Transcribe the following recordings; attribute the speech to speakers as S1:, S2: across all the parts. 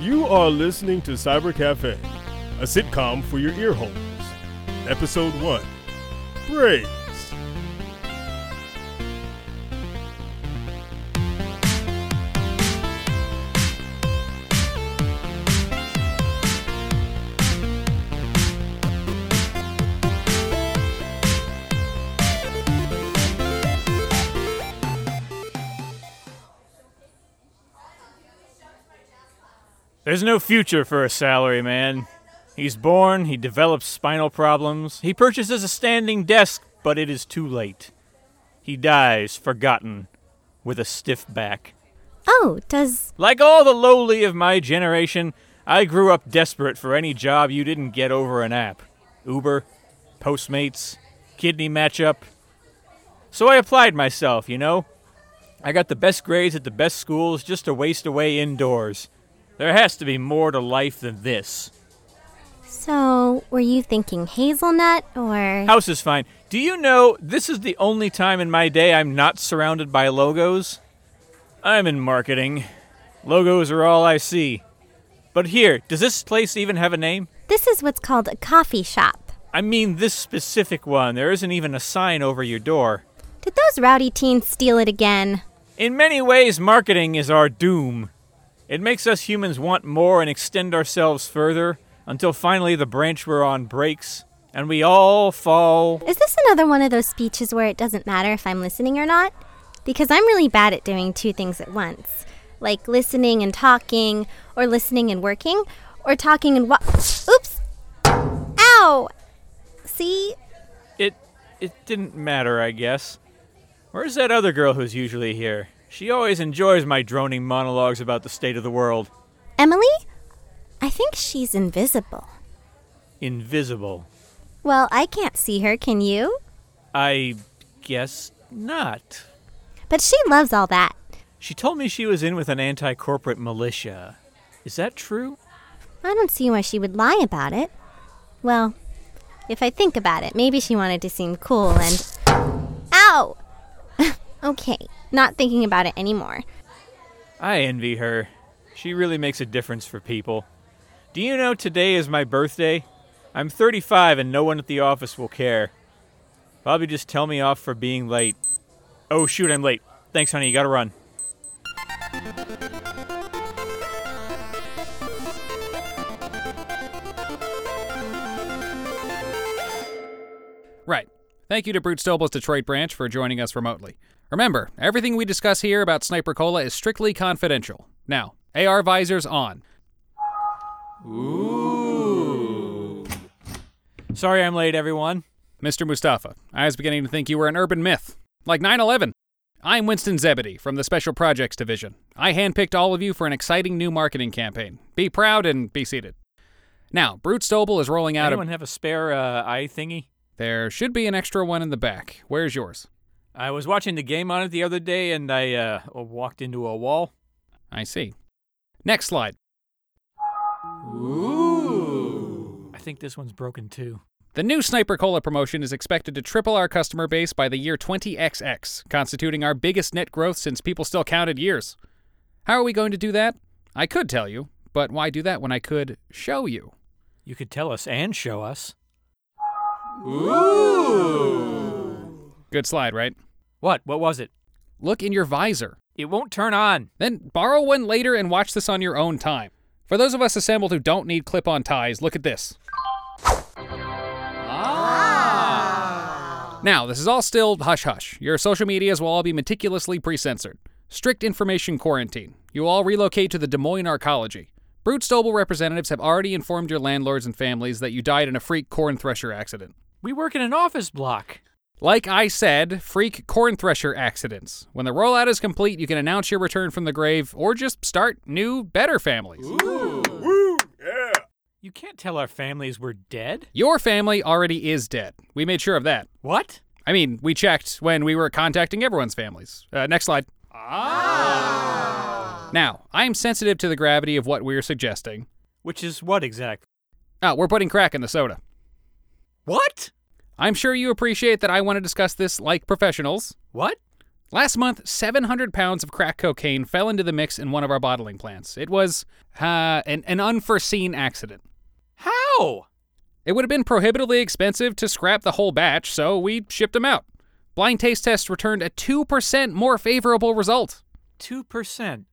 S1: You are listening to Cyber Cafe, a sitcom for your ear holes. Episode 1 Braids.
S2: There's no future for a salary man. He's born, he develops spinal problems, he purchases a standing desk, but it is too late. He dies, forgotten, with a stiff back.
S3: Oh, does.
S2: Like all the lowly of my generation, I grew up desperate for any job you didn't get over an app Uber, Postmates, Kidney Matchup. So I applied myself, you know? I got the best grades at the best schools just to waste away indoors. There has to be more to life than this.
S3: So, were you thinking hazelnut or.
S2: House is fine. Do you know this is the only time in my day I'm not surrounded by logos? I'm in marketing. Logos are all I see. But here, does this place even have a name?
S3: This is what's called a coffee shop.
S2: I mean, this specific one. There isn't even a sign over your door.
S3: Did those rowdy teens steal it again?
S2: In many ways, marketing is our doom. It makes us humans want more and extend ourselves further until finally the branch we're on breaks and we all fall.
S3: Is this another one of those speeches where it doesn't matter if I'm listening or not? Because I'm really bad at doing two things at once like listening and talking, or listening and working, or talking and what? Oops! Ow! See?
S2: It it didn't matter, I guess. Where's that other girl who's usually here? She always enjoys my droning monologues about the state of the world.
S3: Emily? I think she's invisible.
S2: Invisible.
S3: Well, I can't see her, can you?
S2: I guess not.
S3: But she loves all that.
S2: She told me she was in with an anti corporate militia. Is that true?
S3: I don't see why she would lie about it. Well, if I think about it, maybe she wanted to seem cool and. Ow! okay, not thinking about it anymore.
S2: I envy her. She really makes a difference for people. Do you know today is my birthday? I'm 35 and no one at the office will care. Probably just tell me off for being late. Oh, shoot, I'm late. Thanks, honey. You gotta run.
S4: Right. Thank you to Brute Stoble's Detroit branch for joining us remotely. Remember, everything we discuss here about Sniper Cola is strictly confidential. Now, AR visors on.
S2: Sorry I'm late, everyone.
S4: Mr. Mustafa, I was beginning to think you were an urban myth, like 9 11. I'm Winston Zebedee from the Special Projects Division. I handpicked all of you for an exciting new marketing campaign. Be proud and be seated. Now, Brute Stoble is rolling out
S2: Anyone
S4: a.
S2: have a spare uh, eye thingy?
S4: There should be an extra one in the back. Where's yours?
S2: I was watching the game on it the other day and I uh, walked into a wall.
S4: I see. Next slide.
S2: I think this one's broken too.
S4: The new Sniper Cola promotion is expected to triple our customer base by the year 20XX, constituting our biggest net growth since people still counted years. How are we going to do that? I could tell you, but why do that when I could show you?
S2: You could tell us and show us.
S4: Good slide, right?
S2: What? What was it?
S4: Look in your visor.
S2: It won't turn on.
S4: Then borrow one later and watch this on your own time. For those of us assembled who don't need clip on ties, look at this. Now, this is all still hush hush. Your social medias will all be meticulously pre censored. Strict information quarantine. You all relocate to the Des Moines Arcology. Brute Stobel representatives have already informed your landlords and families that you died in a freak corn thresher accident.
S2: We work in an office block.
S4: Like I said, freak corn thresher accidents. When the rollout is complete, you can announce your return from the grave or just start new, better families.
S1: Woo! Yeah!
S2: You can't tell our families we're dead.
S4: Your family already is dead. We made sure of that.
S2: What?
S4: I mean, we checked when we were contacting everyone's families. Uh, next slide. Now, I am sensitive to the gravity of what we're suggesting.
S2: Which is what exactly?
S4: Oh, we're putting crack in the soda.
S2: What?
S4: I'm sure you appreciate that I want to discuss this like professionals.
S2: What?
S4: Last month, 700 pounds of crack cocaine fell into the mix in one of our bottling plants. It was uh, an, an unforeseen accident.
S2: How?
S4: It would have been prohibitively expensive to scrap the whole batch, so we shipped them out. Blind taste test returned a 2% more favorable result.
S2: 2%.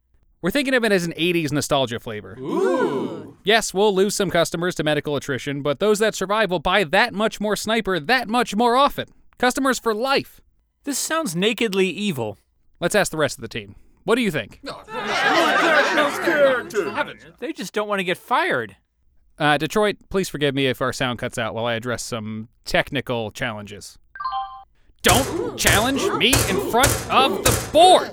S4: We're thinking of it as an 80s nostalgia flavor. Ooh. Yes, we'll lose some customers to medical attrition, but those that survive will buy that much more sniper that much more often. Customers for life.
S2: This sounds nakedly evil.
S4: Let's ask the rest of the team. What do you think?
S2: They just don't want to get fired.
S4: Uh, Detroit, please forgive me if our sound cuts out while I address some technical challenges. Don't challenge me in front of the board!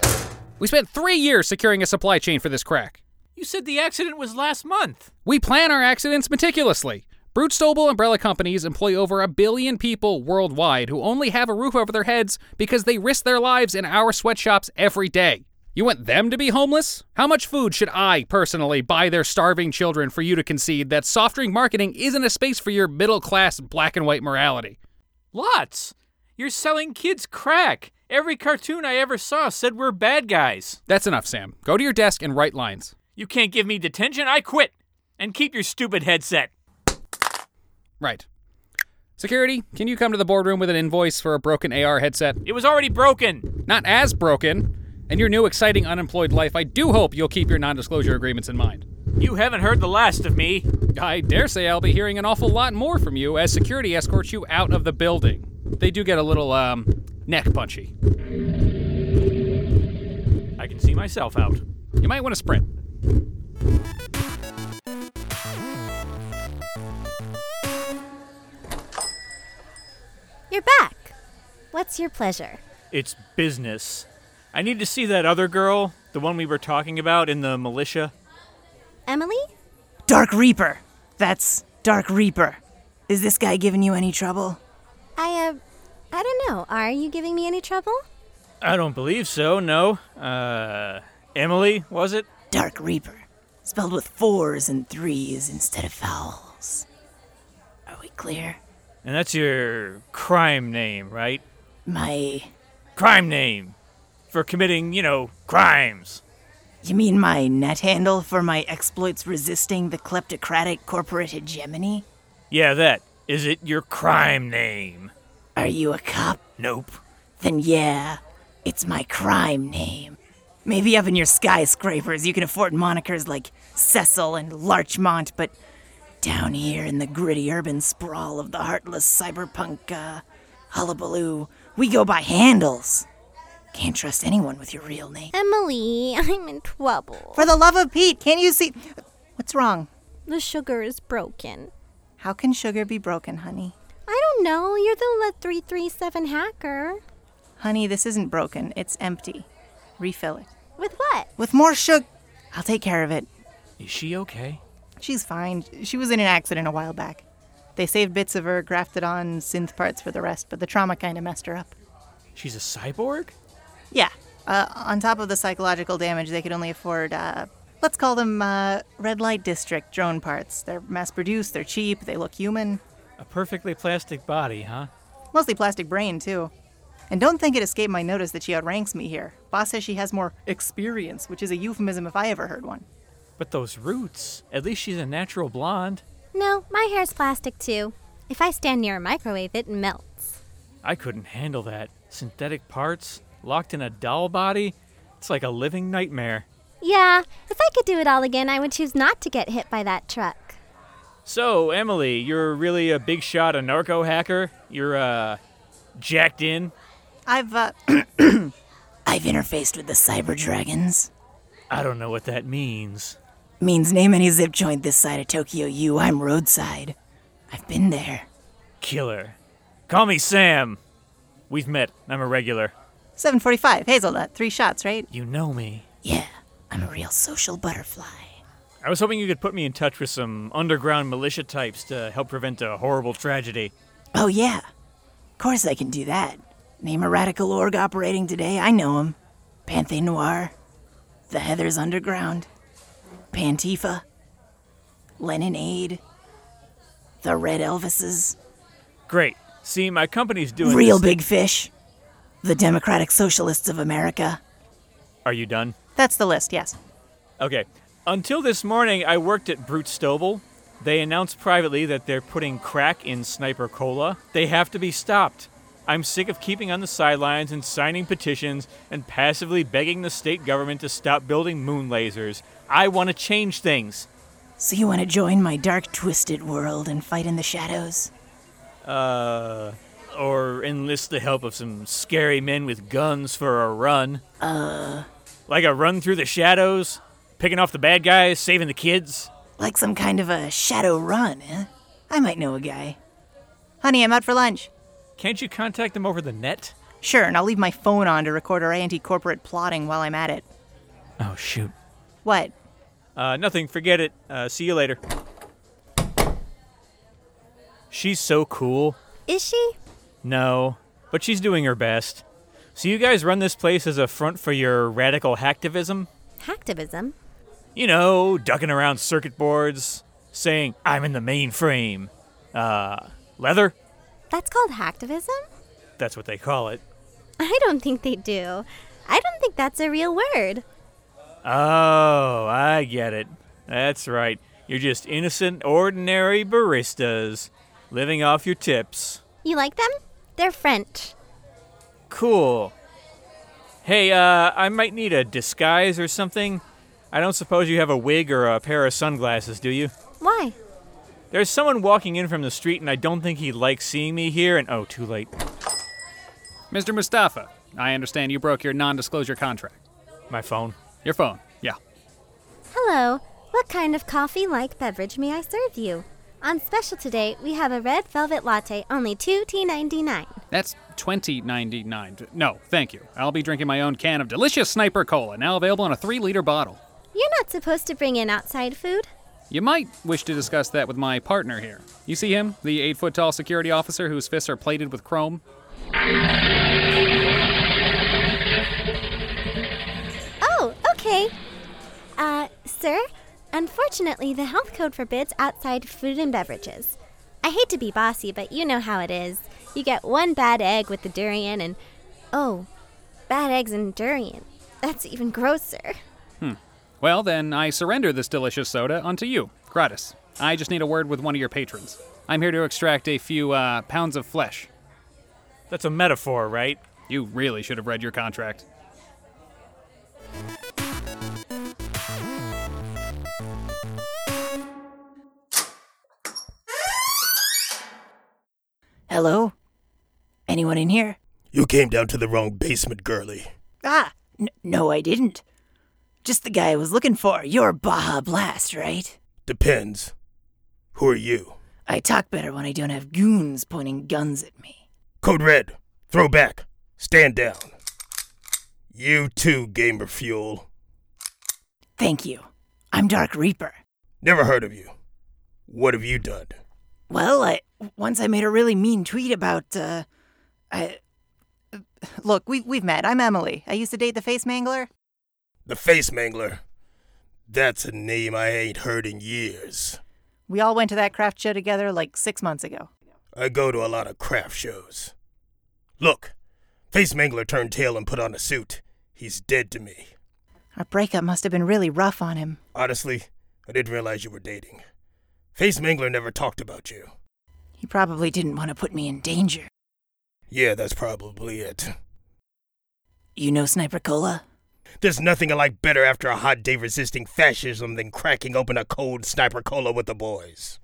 S4: We spent three years securing a supply chain for this crack.
S2: You said the accident was last month.
S4: We plan our accidents meticulously. Brute Stobel umbrella companies employ over a billion people worldwide who only have a roof over their heads because they risk their lives in our sweatshops every day. You want them to be homeless? How much food should I personally buy their starving children for you to concede that soft drink marketing isn't a space for your middle class black and white morality?
S2: Lots. You're selling kids crack. Every cartoon I ever saw said we're bad guys.
S4: That's enough, Sam. Go to your desk and write lines.
S2: You can't give me detention. I quit. And keep your stupid headset.
S4: Right. Security, can you come to the boardroom with an invoice for a broken AR headset?
S2: It was already broken.
S4: not as broken, and your new exciting unemployed life, I do hope you'll keep your non disclosure agreements in mind.
S2: You haven't heard the last of me.
S4: I dare say I'll be hearing an awful lot more from you as security escorts you out of the building. They do get a little, um, neck punchy.
S2: I can see myself out.
S4: You might want to sprint.
S3: You're back. What's your pleasure?
S2: It's business. I need to see that other girl, the one we were talking about in the militia.
S3: Emily?
S5: Dark Reaper. That's Dark Reaper. Is this guy giving you any trouble?
S3: I, uh, I don't know. Are you giving me any trouble?
S2: I don't believe so, no. Uh, Emily, was it?
S5: Dark Reaper. Spelled with fours and threes instead of vowels. Are we clear?
S2: And that's your crime name, right?
S5: My.
S2: Crime name. For committing, you know, crimes.
S5: You mean my net handle for my exploits resisting the kleptocratic corporate hegemony?
S2: Yeah, that. Is it your crime name?
S5: Are you a cop?
S2: Nope.
S5: Then yeah, it's my crime name. Maybe up in your skyscrapers you can afford monikers like Cecil and Larchmont, but down here in the gritty urban sprawl of the heartless cyberpunk uh, hullabaloo, we go by handles. Can't trust anyone with your real name.
S3: Emily, I'm in trouble.
S5: For the love of Pete, can't you see? What's wrong?
S3: The sugar is broken.
S5: How can sugar be broken, honey?
S3: I don't know. You're the le- 337 hacker.
S5: Honey, this isn't broken. It's empty. Refill it.
S3: With what?
S5: With more sugar. I'll take care of it.
S2: Is she okay?
S5: She's fine. She was in an accident a while back. They saved bits of her, grafted on synth parts for the rest, but the trauma kind of messed her up.
S2: She's a cyborg?
S5: Yeah. Uh, on top of the psychological damage, they could only afford, uh, let's call them uh, red light district drone parts. They're mass produced, they're cheap, they look human.
S2: A perfectly plastic body, huh?
S5: Mostly plastic brain, too. And don't think it escaped my notice that she outranks me here. Boss says she has more experience, which is a euphemism if I ever heard one.
S2: But those roots. At least she's a natural blonde.
S3: No, my hair's plastic too. If I stand near a microwave, it melts.
S2: I couldn't handle that. Synthetic parts, locked in a doll body. It's like a living nightmare.
S3: Yeah, if I could do it all again, I would choose not to get hit by that truck.
S2: So, Emily, you're really a big shot, a narco hacker. You're, uh, jacked in.
S5: I've, uh. I've interfaced with the cyber dragons.
S2: I don't know what that means.
S5: Means name any zip joint this side of Tokyo U, I'm roadside. I've been there.
S2: Killer. Call me Sam. We've met. I'm a regular.
S5: 745, hazelnut, three shots, right?
S2: You know me.
S5: Yeah, I'm a real social butterfly.
S2: I was hoping you could put me in touch with some underground militia types to help prevent a horrible tragedy.
S5: Oh, yeah. Of course I can do that. Name a radical org operating today, I know 'em. Panthe Noir, The Heathers Underground, Pantifa, Lenin Aid, The Red Elvises,
S2: Great. See, my company's doing
S5: Real
S2: this-
S5: Big Fish, the Democratic Socialists of America.
S2: Are you done?
S5: That's the list, yes.
S2: Okay. Until this morning, I worked at Brute Stobel. They announced privately that they're putting crack in Sniper Cola. They have to be stopped. I'm sick of keeping on the sidelines and signing petitions and passively begging the state government to stop building moon lasers. I want to change things.
S5: So you want to join my dark, twisted world and fight in the shadows?
S2: Uh, or enlist the help of some scary men with guns for a run. Uh. Like a run through the shadows, picking off the bad guys, saving the kids.
S5: Like some kind of a shadow run, eh? I might know a guy. Honey, I'm out for lunch.
S2: Can't you contact them over the net?
S5: Sure, and I'll leave my phone on to record our anti corporate plotting while I'm at it.
S2: Oh, shoot.
S5: What?
S2: Uh, nothing, forget it. Uh, see you later. She's so cool.
S3: Is she?
S2: No, but she's doing her best. So you guys run this place as a front for your radical hacktivism?
S3: Hacktivism?
S2: You know, ducking around circuit boards, saying, I'm in the mainframe. Uh, leather?
S3: That's called hacktivism?
S2: That's what they call it.
S3: I don't think they do. I don't think that's a real word.
S2: Oh, I get it. That's right. You're just innocent, ordinary baristas living off your tips.
S3: You like them? They're French.
S2: Cool. Hey, uh, I might need a disguise or something. I don't suppose you have a wig or a pair of sunglasses, do you?
S3: Why?
S2: There's someone walking in from the street, and I don't think he likes seeing me here. And oh, too late.
S4: Mr. Mustafa, I understand you broke your non disclosure contract.
S2: My phone.
S4: Your phone. Yeah.
S3: Hello. What kind of coffee like beverage may I serve you? On special today, we have a red velvet latte, only two T ninety nine.
S4: That's 20.99. No, thank you. I'll be drinking my own can of delicious Sniper Cola, now available in a 3-liter bottle.
S3: You're not supposed to bring in outside food.
S4: You might wish to discuss that with my partner here. You see him, the 8-foot-tall security officer whose fists are plated with chrome?
S3: Oh, okay. Uh, sir, unfortunately, the health code forbids outside food and beverages. I hate to be bossy, but you know how it is. You get one bad egg with the durian and. Oh, bad eggs and durian. That's even grosser.
S4: Well, then I surrender this delicious soda onto you, gratis. I just need a word with one of your patrons. I'm here to extract a few uh, pounds of flesh.
S2: That's a metaphor, right?
S4: You really should have read your contract.
S5: Hello? Anyone in here?
S1: You came down to the wrong basement, girlie.
S5: Ah, n- no, I didn't. Just the guy I was looking for. You're Baja Blast, right?
S1: Depends. Who are you?
S5: I talk better when I don't have goons pointing guns at me.
S1: Code Red, throw back, stand down. You too, Gamer Fuel.
S5: Thank you. I'm Dark Reaper.
S1: Never heard of you. What have you done?
S5: Well, I once I made a really mean tweet about uh I Look, we we've met. I'm Emily. I used to date the face mangler.
S1: The Face Mangler. That's a name I ain't heard in years.
S5: We all went to that craft show together like 6 months ago.
S1: I go to a lot of craft shows. Look, Face Mangler turned tail and put on a suit. He's dead to me.
S5: Our breakup must have been really rough on him.
S1: Honestly, I didn't realize you were dating. Face Mangler never talked about you.
S5: He probably didn't want to put me in danger.
S1: Yeah, that's probably it.
S5: You know Sniper Cola?
S1: There's nothing I like better after a hot day resisting fascism than cracking open a cold sniper cola with the boys.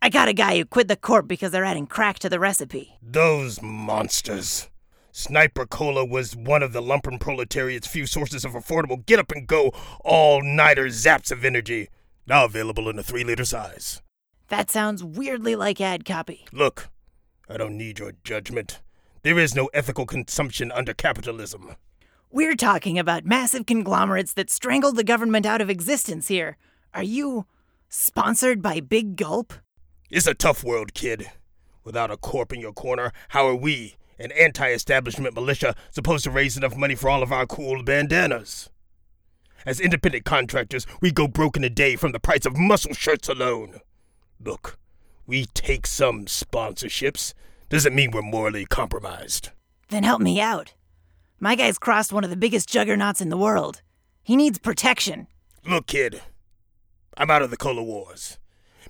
S5: I got a guy who quit the corp because they're adding crack to the recipe.
S1: Those monsters. Sniper Cola was one of the lumpen proletariat's few sources of affordable get up and go all nighter zaps of energy. Now available in a 3 liter size.
S5: That sounds weirdly like ad copy.
S1: Look, I don't need your judgment. There is no ethical consumption under capitalism.
S5: We're talking about massive conglomerates that strangled the government out of existence here. Are you sponsored by Big Gulp?
S1: It's a tough world, kid. Without a corp in your corner, how are we, an anti establishment militia, supposed to raise enough money for all of our cool bandanas? As independent contractors, we go broke in a day from the price of muscle shirts alone. Look, we take some sponsorships. Doesn't mean we're morally compromised.
S5: Then help me out. My guy's crossed one of the biggest juggernauts in the world. He needs protection.
S1: Look, kid, I'm out of the color wars.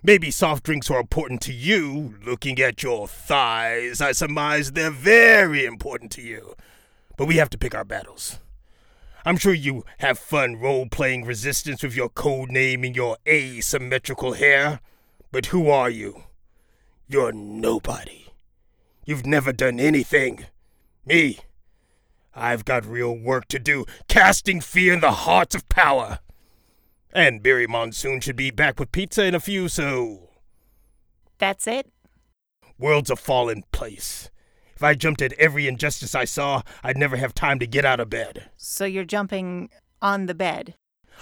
S1: Maybe soft drinks are important to you. Looking at your thighs, I surmise they're very important to you. But we have to pick our battles. I'm sure you have fun role playing resistance with your code name and your asymmetrical hair. But who are you? You're nobody. You've never done anything. Me, I've got real work to do, casting fear in the hearts of power. And Barry Monsoon should be back with pizza in a few, so
S5: That's it?
S1: worlds are fall in place. If I jumped at every injustice I saw, I'd never have time to get out of bed.
S5: So you're jumping on the bed.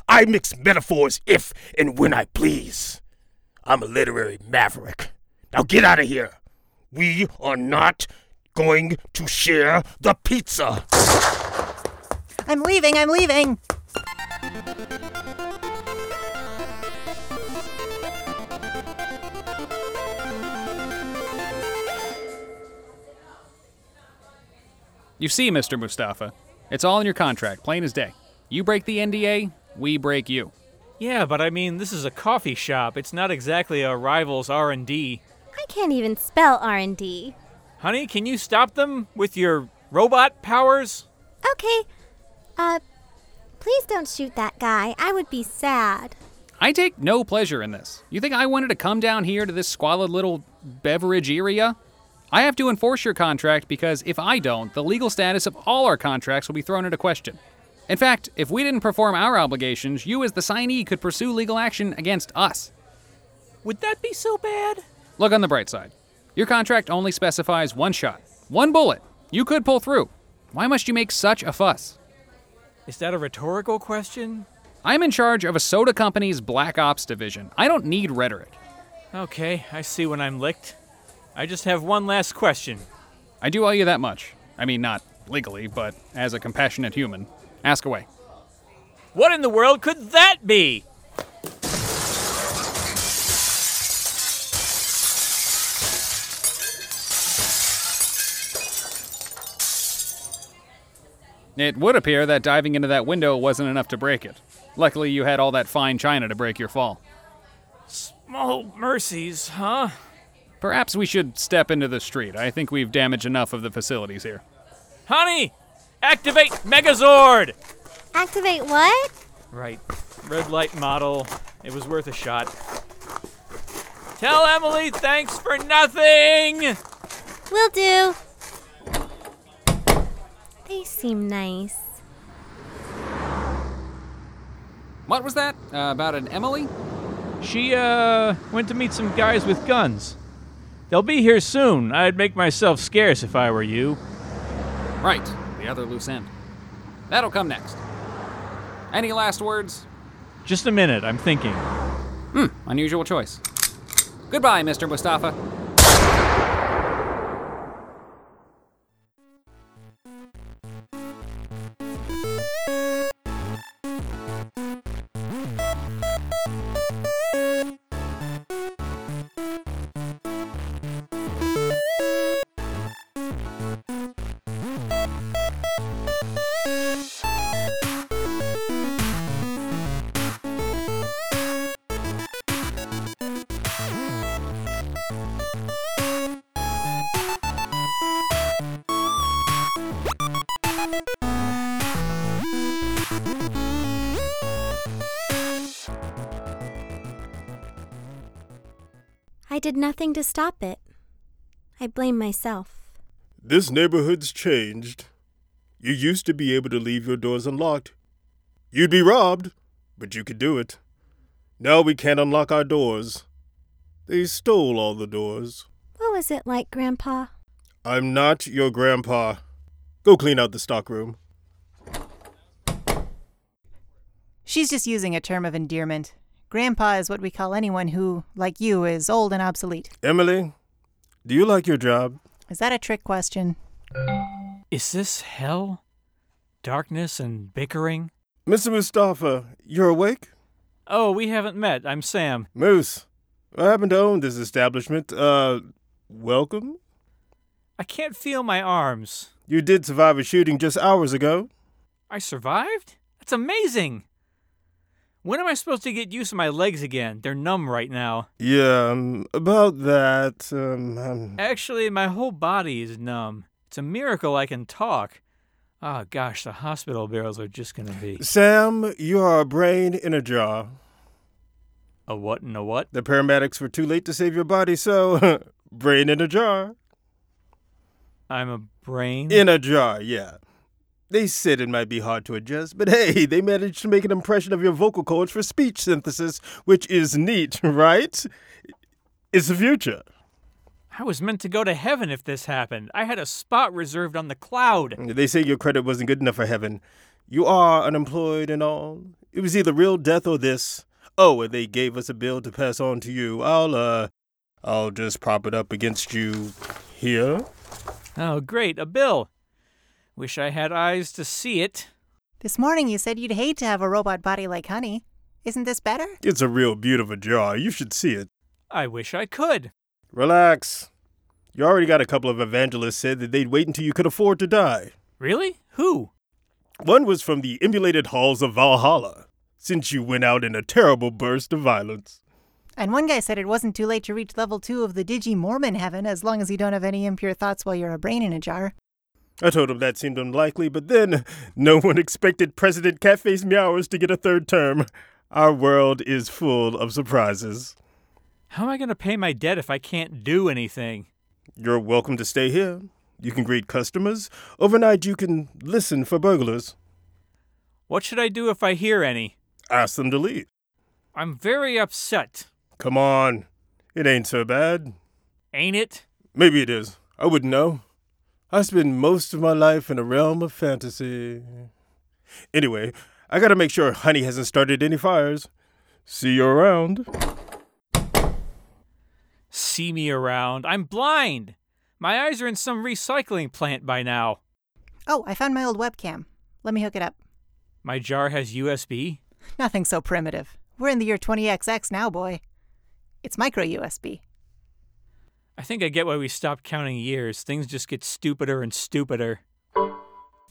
S1: I mix metaphors if and when I please. I'm a literary maverick. Now get out of here. We are not going to share the pizza.
S5: I'm leaving, I'm leaving!
S4: You see, Mr. Mustafa, it's all in your contract, plain as day. You break the NDA, we break you.
S2: Yeah, but I mean, this is a coffee shop. It's not exactly a rivals R&D.
S3: I can't even spell R&D.
S2: Honey, can you stop them with your robot powers?
S3: Okay. Uh please don't shoot that guy. I would be sad.
S4: I take no pleasure in this. You think I wanted to come down here to this squalid little beverage area? I have to enforce your contract because if I don't, the legal status of all our contracts will be thrown into question. In fact, if we didn't perform our obligations, you as the signee could pursue legal action against us.
S2: Would that be so bad?
S4: Look on the bright side. Your contract only specifies one shot, one bullet. You could pull through. Why must you make such a fuss?
S2: Is that a rhetorical question?
S4: I'm in charge of a soda company's black ops division. I don't need rhetoric.
S2: Okay, I see when I'm licked. I just have one last question.
S4: I do owe you that much. I mean, not legally, but as a compassionate human. Ask away.
S2: What in the world could that be?
S4: It would appear that diving into that window wasn't enough to break it. Luckily, you had all that fine china to break your fall.
S2: Small Oh, mercies, huh?
S4: Perhaps we should step into the street. I think we've damaged enough of the facilities here.
S2: Honey, activate Megazord!
S3: Activate what?
S2: Right. Red light model. It was worth a shot. Tell Emily thanks for nothing!
S3: Will do. They seem nice.
S4: What was that? Uh, about an Emily?
S2: She, uh, went to meet some guys with guns. They'll be here soon. I'd make myself scarce if I were you.
S4: Right, the other loose end. That'll come next. Any last words?
S2: Just a minute, I'm thinking.
S4: Unusual choice. Goodbye, Mr. Mustafa.
S3: I did nothing to stop it. I blame myself.
S6: This neighborhood's changed. You used to be able to leave your doors unlocked. You'd be robbed, but you could do it. Now we can't unlock our doors. They stole all the doors.
S3: What was it like, Grandpa?
S6: I'm not your grandpa. Go clean out the stockroom.
S5: She's just using a term of endearment. Grandpa is what we call anyone who, like you, is old and obsolete.
S6: Emily, do you like your job?
S5: Is that a trick question?
S2: Is this hell? Darkness and bickering?
S6: Mr. Mustafa, you're awake?
S2: Oh, we haven't met. I'm Sam.
S6: Moose, I happen to own this establishment. Uh, welcome?
S2: I can't feel my arms.
S6: You did survive a shooting just hours ago.
S2: I survived? That's amazing. When am I supposed to get used to my legs again? They're numb right now.
S6: Yeah, um, about that. Um, um,
S2: Actually, my whole body is numb. It's a miracle I can talk. Oh gosh, the hospital bills are just gonna be
S6: Sam, you are a brain in a jar.
S2: a what and a what?
S6: The paramedics were too late to save your body, so brain in a jar.
S2: I'm a brain.
S6: In a jar, yeah. They said it might be hard to adjust, but hey, they managed to make an impression of your vocal cords for speech synthesis, which is neat, right? It's the future.
S2: I was meant to go to heaven if this happened. I had a spot reserved on the cloud.
S6: They say your credit wasn't good enough for heaven. You are unemployed and all. It was either real death or this. Oh, and they gave us a bill to pass on to you. I'll, uh, I'll just prop it up against you here.
S2: Oh great, a bill. Wish I had eyes to see it.
S5: This morning you said you'd hate to have a robot body like Honey. Isn't this better?
S6: It's a real beautiful jar. You should see it.
S2: I wish I could.
S6: Relax. You already got a couple of evangelists said that they'd wait until you could afford to die.
S2: Really? Who?
S6: One was from the emulated halls of Valhalla, since you went out in a terrible burst of violence.
S5: And one guy said it wasn't too late to reach level two of the Digi Mormon heaven as long as you don't have any impure thoughts while you're a brain in a jar.
S6: I told him that seemed unlikely, but then no one expected President Catface Meowers to get a third term. Our world is full of surprises.
S2: How am I gonna pay my debt if I can't do anything?
S6: You're welcome to stay here. You can greet customers. Overnight, you can listen for burglars.
S2: What should I do if I hear any?
S6: Ask them to leave.
S2: I'm very upset.
S6: Come on. It ain't so bad.
S2: Ain't it?
S6: Maybe it is. I wouldn't know. I spend most of my life in a realm of fantasy. Anyway, I gotta make sure Honey hasn't started any fires. See you around.
S2: See me around. I'm blind. My eyes are in some recycling plant by now.
S5: Oh, I found my old webcam. Let me hook it up.
S2: My jar has USB.
S5: Nothing so primitive. We're in the year 20XX now, boy. It's micro USB.
S2: I think I get why we stopped counting years. Things just get stupider and stupider.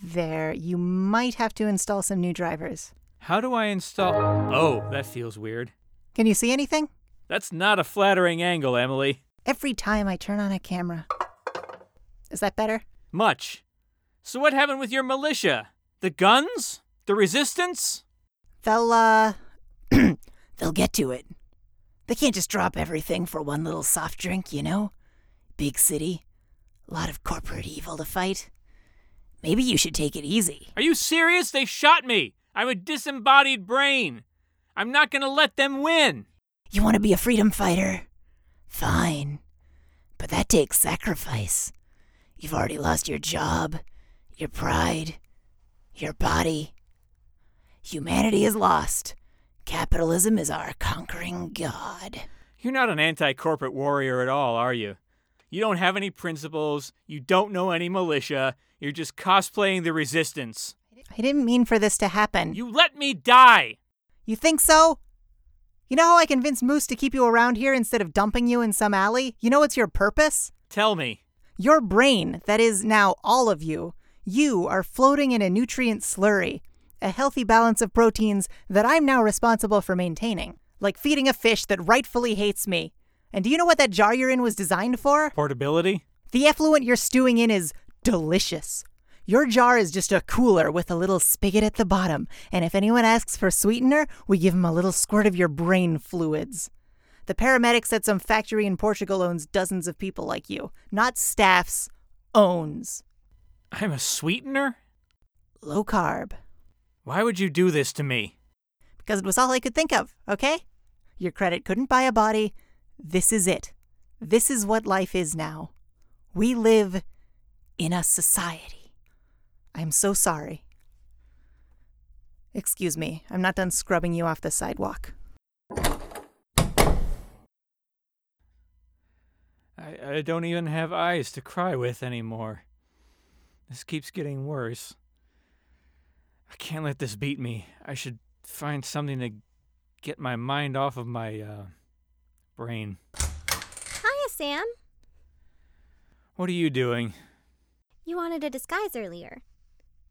S5: There, you might have to install some new drivers.
S2: How do I install? Oh, that feels weird.
S5: Can you see anything?
S2: That's not a flattering angle, Emily.
S5: Every time I turn on a camera. Is that better?
S2: Much. So, what happened with your militia? The guns? The resistance?
S5: They'll, uh,
S7: They'll get to it. They can't just drop everything for one little soft drink, you know? Big city, a lot of corporate evil to fight. Maybe you should take it easy.
S2: Are you serious? They shot me. I'm a disembodied brain. I'm not going to let them win.
S7: You want to be a freedom fighter? Fine. But that takes sacrifice. You've already lost your job, your pride, your body. Humanity is lost. Capitalism is our conquering god.
S2: You're not an anti corporate warrior at all, are you? You don't have any principles. You don't know any militia. You're just cosplaying the resistance.
S5: I didn't mean for this to happen.
S2: You let me die!
S5: You think so? You know how I convinced Moose to keep you around here instead of dumping you in some alley? You know what's your purpose?
S2: Tell me.
S5: Your brain, that is now all of you, you are floating in a nutrient slurry, a healthy balance of proteins that I'm now responsible for maintaining, like feeding a fish that rightfully hates me. And do you know what that jar you're in was designed for?
S2: Portability?
S5: The effluent you're stewing in is delicious. Your jar is just a cooler with a little spigot at the bottom, and if anyone asks for sweetener, we give 'em a little squirt of your brain fluids. The paramedics at some factory in Portugal owns dozens of people like you, not staffs, owns.
S2: I'm a sweetener?
S5: Low carb.
S2: Why would you do this to me?
S5: Because it was all I could think of, okay? Your credit couldn't buy a body. This is it. This is what life is now. We live in a society. I'm so sorry. Excuse me, I'm not done scrubbing you off the sidewalk.
S2: I, I don't even have eyes to cry with anymore. This keeps getting worse. I can't let this beat me. I should find something to get my mind off of my uh, brain.
S3: Hiya, Sam.
S2: What are you doing?
S3: You wanted a disguise earlier.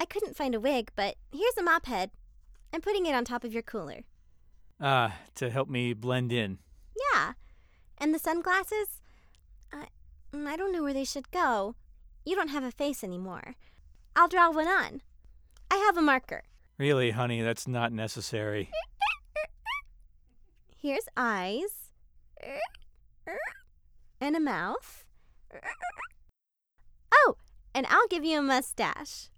S3: I couldn't find a wig, but here's a mop head. I'm putting it on top of your cooler.
S2: Ah, to help me blend in.
S3: Yeah. And the sunglasses? I, mm, I don't know where they should go. You don't have a face anymore. I'll draw one on. I have a marker.
S2: Really, honey, that's not necessary.
S3: Here's eyes. And a mouth. Oh, and I'll give you a mustache.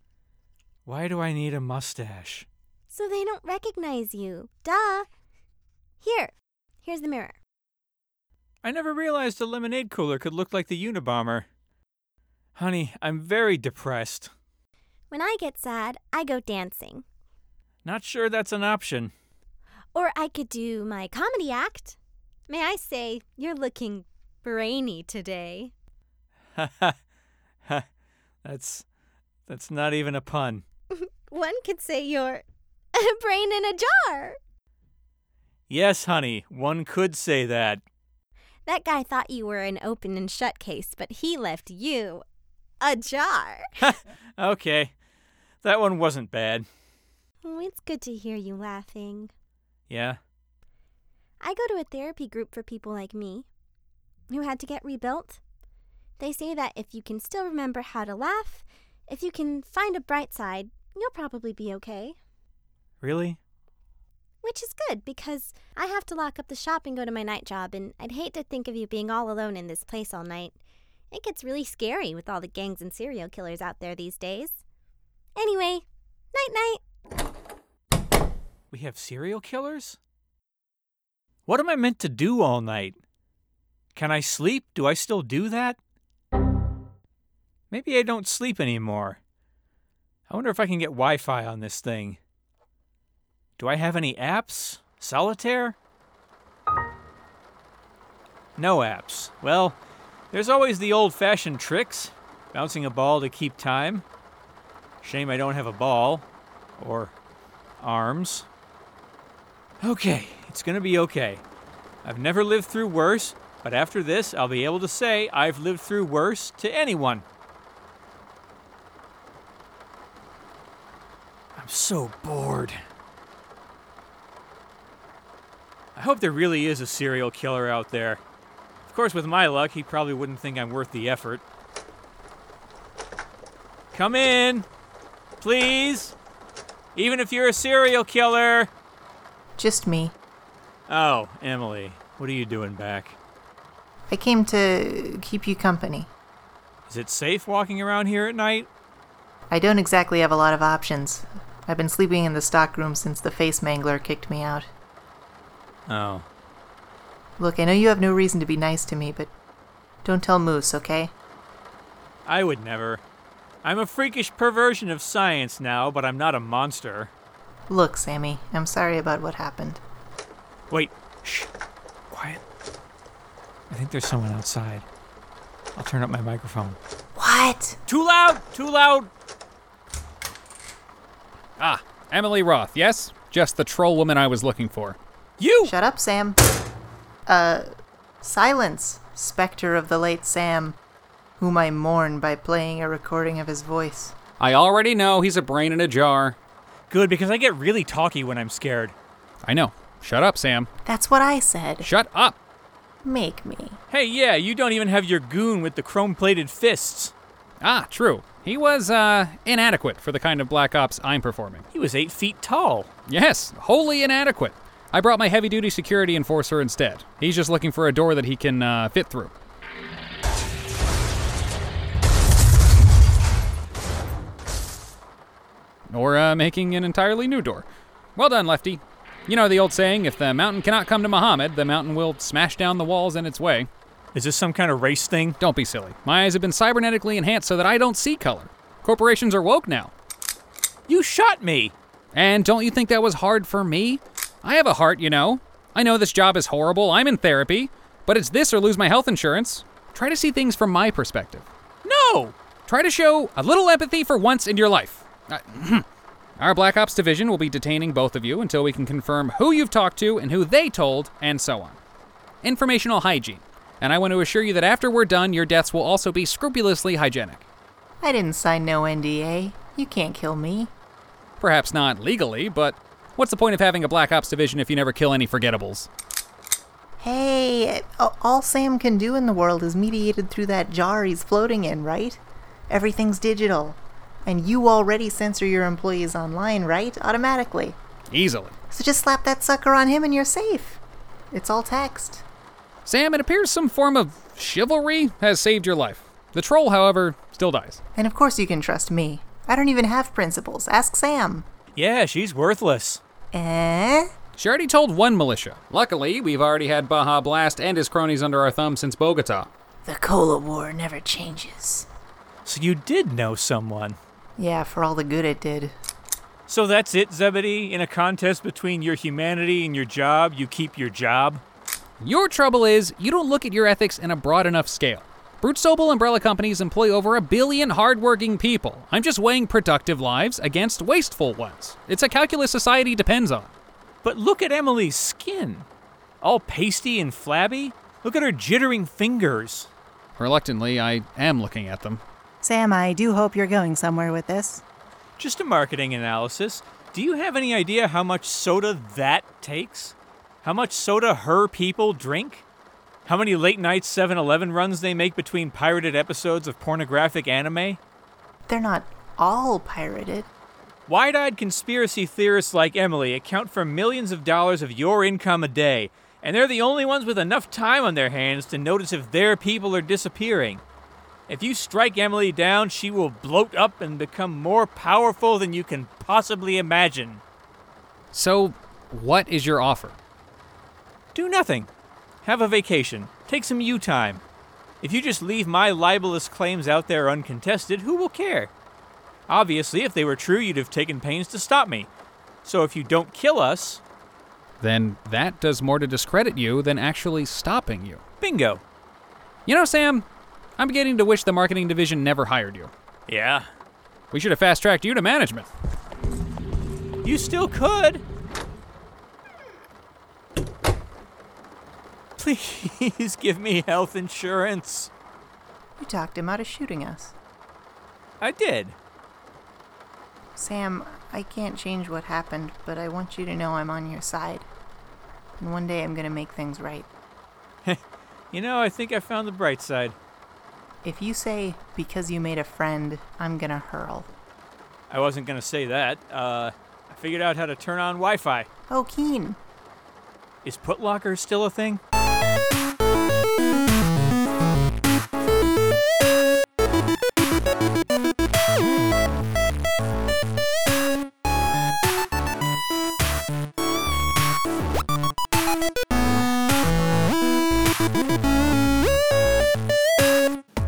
S2: Why do I need a mustache?
S3: So they don't recognize you. Duh. Here. Here's the mirror.
S2: I never realized a lemonade cooler could look like the Unabomber. Honey, I'm very depressed.
S3: When I get sad, I go dancing.
S2: Not sure that's an option.
S3: Or I could do my comedy act. May I say, you're looking brainy today.
S2: Ha ha ha. That's that's not even a pun.
S3: One could say you're a brain in a jar.
S2: Yes, honey, one could say that.
S3: That guy thought you were an open and shut case, but he left you ajar.
S2: Okay. That one wasn't bad.
S3: Oh, it's good to hear you laughing.
S2: Yeah.
S3: I go to a therapy group for people like me who had to get rebuilt. They say that if you can still remember how to laugh, if you can find a bright side, you'll probably be okay.
S2: Really?
S3: Which is good because I have to lock up the shop and go to my night job, and I'd hate to think of you being all alone in this place all night. It gets really scary with all the gangs and serial killers out there these days. Anyway, night night.
S2: We have serial killers? What am I meant to do all night? Can I sleep? Do I still do that? Maybe I don't sleep anymore. I wonder if I can get Wi Fi on this thing. Do I have any apps? Solitaire? No apps. Well, there's always the old fashioned tricks bouncing a ball to keep time. Shame I don't have a ball. Or arms. Okay, it's gonna be okay. I've never lived through worse, but after this, I'll be able to say I've lived through worse to anyone. I'm so bored. I hope there really is a serial killer out there. Of course, with my luck, he probably wouldn't think I'm worth the effort. Come in, please. Even if you're a serial killer.
S8: Just me.
S2: Oh, Emily, what are you doing back?
S8: I came to keep you company.
S2: Is it safe walking around here at night?
S8: I don't exactly have a lot of options. I've been sleeping in the stockroom since the face mangler kicked me out.
S2: Oh.
S8: Look, I know you have no reason to be nice to me, but don't tell Moose, okay?
S2: I would never. I'm a freakish perversion of science now, but I'm not a monster.
S8: Look, Sammy, I'm sorry about what happened.
S2: Wait. Shh. Quiet. I think there's someone outside. I'll turn up my microphone.
S8: What?
S2: Too loud! Too loud!
S4: Ah, Emily Roth, yes? Just the troll woman I was looking for.
S2: You!
S8: Shut up, Sam. Uh, silence, specter of the late Sam, whom I mourn by playing a recording of his voice.
S4: I already know he's a brain in a jar.
S2: Good, because I get really talky when I'm scared.
S4: I know. Shut up, Sam.
S8: That's what I said.
S4: Shut up.
S8: Make me.
S2: Hey, yeah, you don't even have your goon with the chrome plated fists.
S4: Ah, true. He was, uh, inadequate for the kind of Black Ops I'm performing.
S2: He was eight feet tall.
S4: Yes, wholly inadequate. I brought my heavy duty security enforcer instead. He's just looking for a door that he can uh, fit through. Or uh, making an entirely new door. Well done, Lefty. You know the old saying if the mountain cannot come to Muhammad, the mountain will smash down the walls in its way.
S2: Is this some kind of race thing?
S4: Don't be silly. My eyes have been cybernetically enhanced so that I don't see color. Corporations are woke now.
S2: You shot me!
S4: And don't you think that was hard for me? I have a heart, you know. I know this job is horrible. I'm in therapy. But it's this or lose my health insurance. Try to see things from my perspective.
S2: No!
S4: Try to show a little empathy for once in your life. Uh, Our Black Ops division will be detaining both of you until we can confirm who you've talked to and who they told, and so on. Informational hygiene. And I want to assure you that after we're done, your deaths will also be scrupulously hygienic.
S5: I didn't sign no NDA. You can't kill me.
S4: Perhaps not legally, but what's the point of having a Black Ops division if you never kill any forgettables?
S5: Hey, a- all Sam can do in the world is mediated through that jar he's floating in, right? Everything's digital. And you already censor your employees online, right? Automatically.
S4: Easily.
S5: So just slap that sucker on him and you're safe. It's all text.
S4: Sam, it appears some form of chivalry has saved your life. The troll, however, still dies.
S5: And of course you can trust me. I don't even have principles. Ask Sam.
S2: Yeah, she's worthless.
S5: Eh?
S4: She already told one militia. Luckily, we've already had Baja Blast and his cronies under our thumb since Bogota.
S5: The Cola War never changes.
S2: So you did know someone.
S5: Yeah, for all the good it did.
S2: So that's it, Zebedee. In a contest between your humanity and your job, you keep your job.
S4: Your trouble is you don't look at your ethics in a broad enough scale. Brutstobel umbrella companies employ over a billion hardworking people. I'm just weighing productive lives against wasteful ones. It's a calculus society depends on.
S2: But look at Emily's skin. All pasty and flabby. Look at her jittering fingers.
S4: Reluctantly, I am looking at them.
S9: Sam, I do hope you're going somewhere with this.
S2: Just a marketing analysis. Do you have any idea how much soda that takes? How much soda her people drink? How many late night 7 Eleven runs they make between pirated episodes of pornographic anime?
S5: They're not all pirated.
S2: Wide eyed conspiracy theorists like Emily account for millions of dollars of your income a day, and they're the only ones with enough time on their hands to notice if their people are disappearing. If you strike Emily down, she will bloat up and become more powerful than you can possibly imagine.
S4: So, what is your offer?
S2: Do nothing. Have a vacation. Take some you time. If you just leave my libelous claims out there uncontested, who will care? Obviously, if they were true, you'd have taken pains to stop me. So if you don't kill us,
S4: Then that does more to discredit you than actually stopping you.
S2: bingo.
S4: You know, Sam, I'm beginning to wish the marketing division never hired you.
S2: Yeah.
S4: We should have fast tracked you to management.
S2: You still could. Please give me health insurance.
S5: You talked him out of shooting us.
S2: I did.
S5: Sam, I can't change what happened, but I want you to know I'm on your side. And one day I'm gonna make things right.
S2: You know, I think I found the bright side.
S5: If you say, because you made a friend, I'm gonna hurl.
S2: I wasn't going to say that. Uh, I figured out how to turn on Wi Fi.
S5: Oh, Keen.
S2: Is Putlocker still a thing?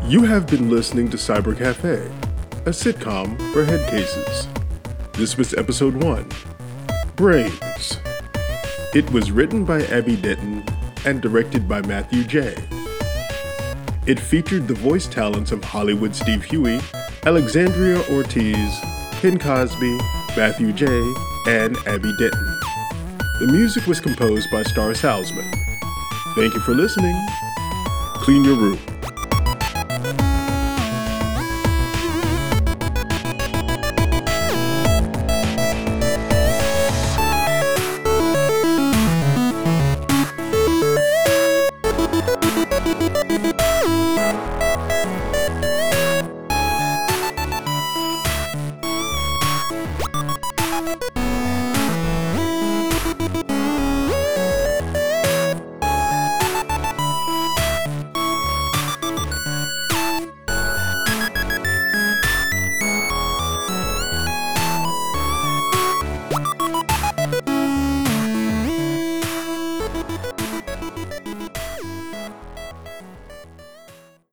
S10: You have been listening to Cyber Cafe, a sitcom for head cases. This was episode one Brains. It was written by Abby Denton and directed by Matthew J. It featured the voice talents of Hollywood Steve Huey, Alexandria Ortiz, Ken Cosby, Matthew J., and Abby Denton. The music was composed by Star Salzman. Thank you for listening. Clean your room.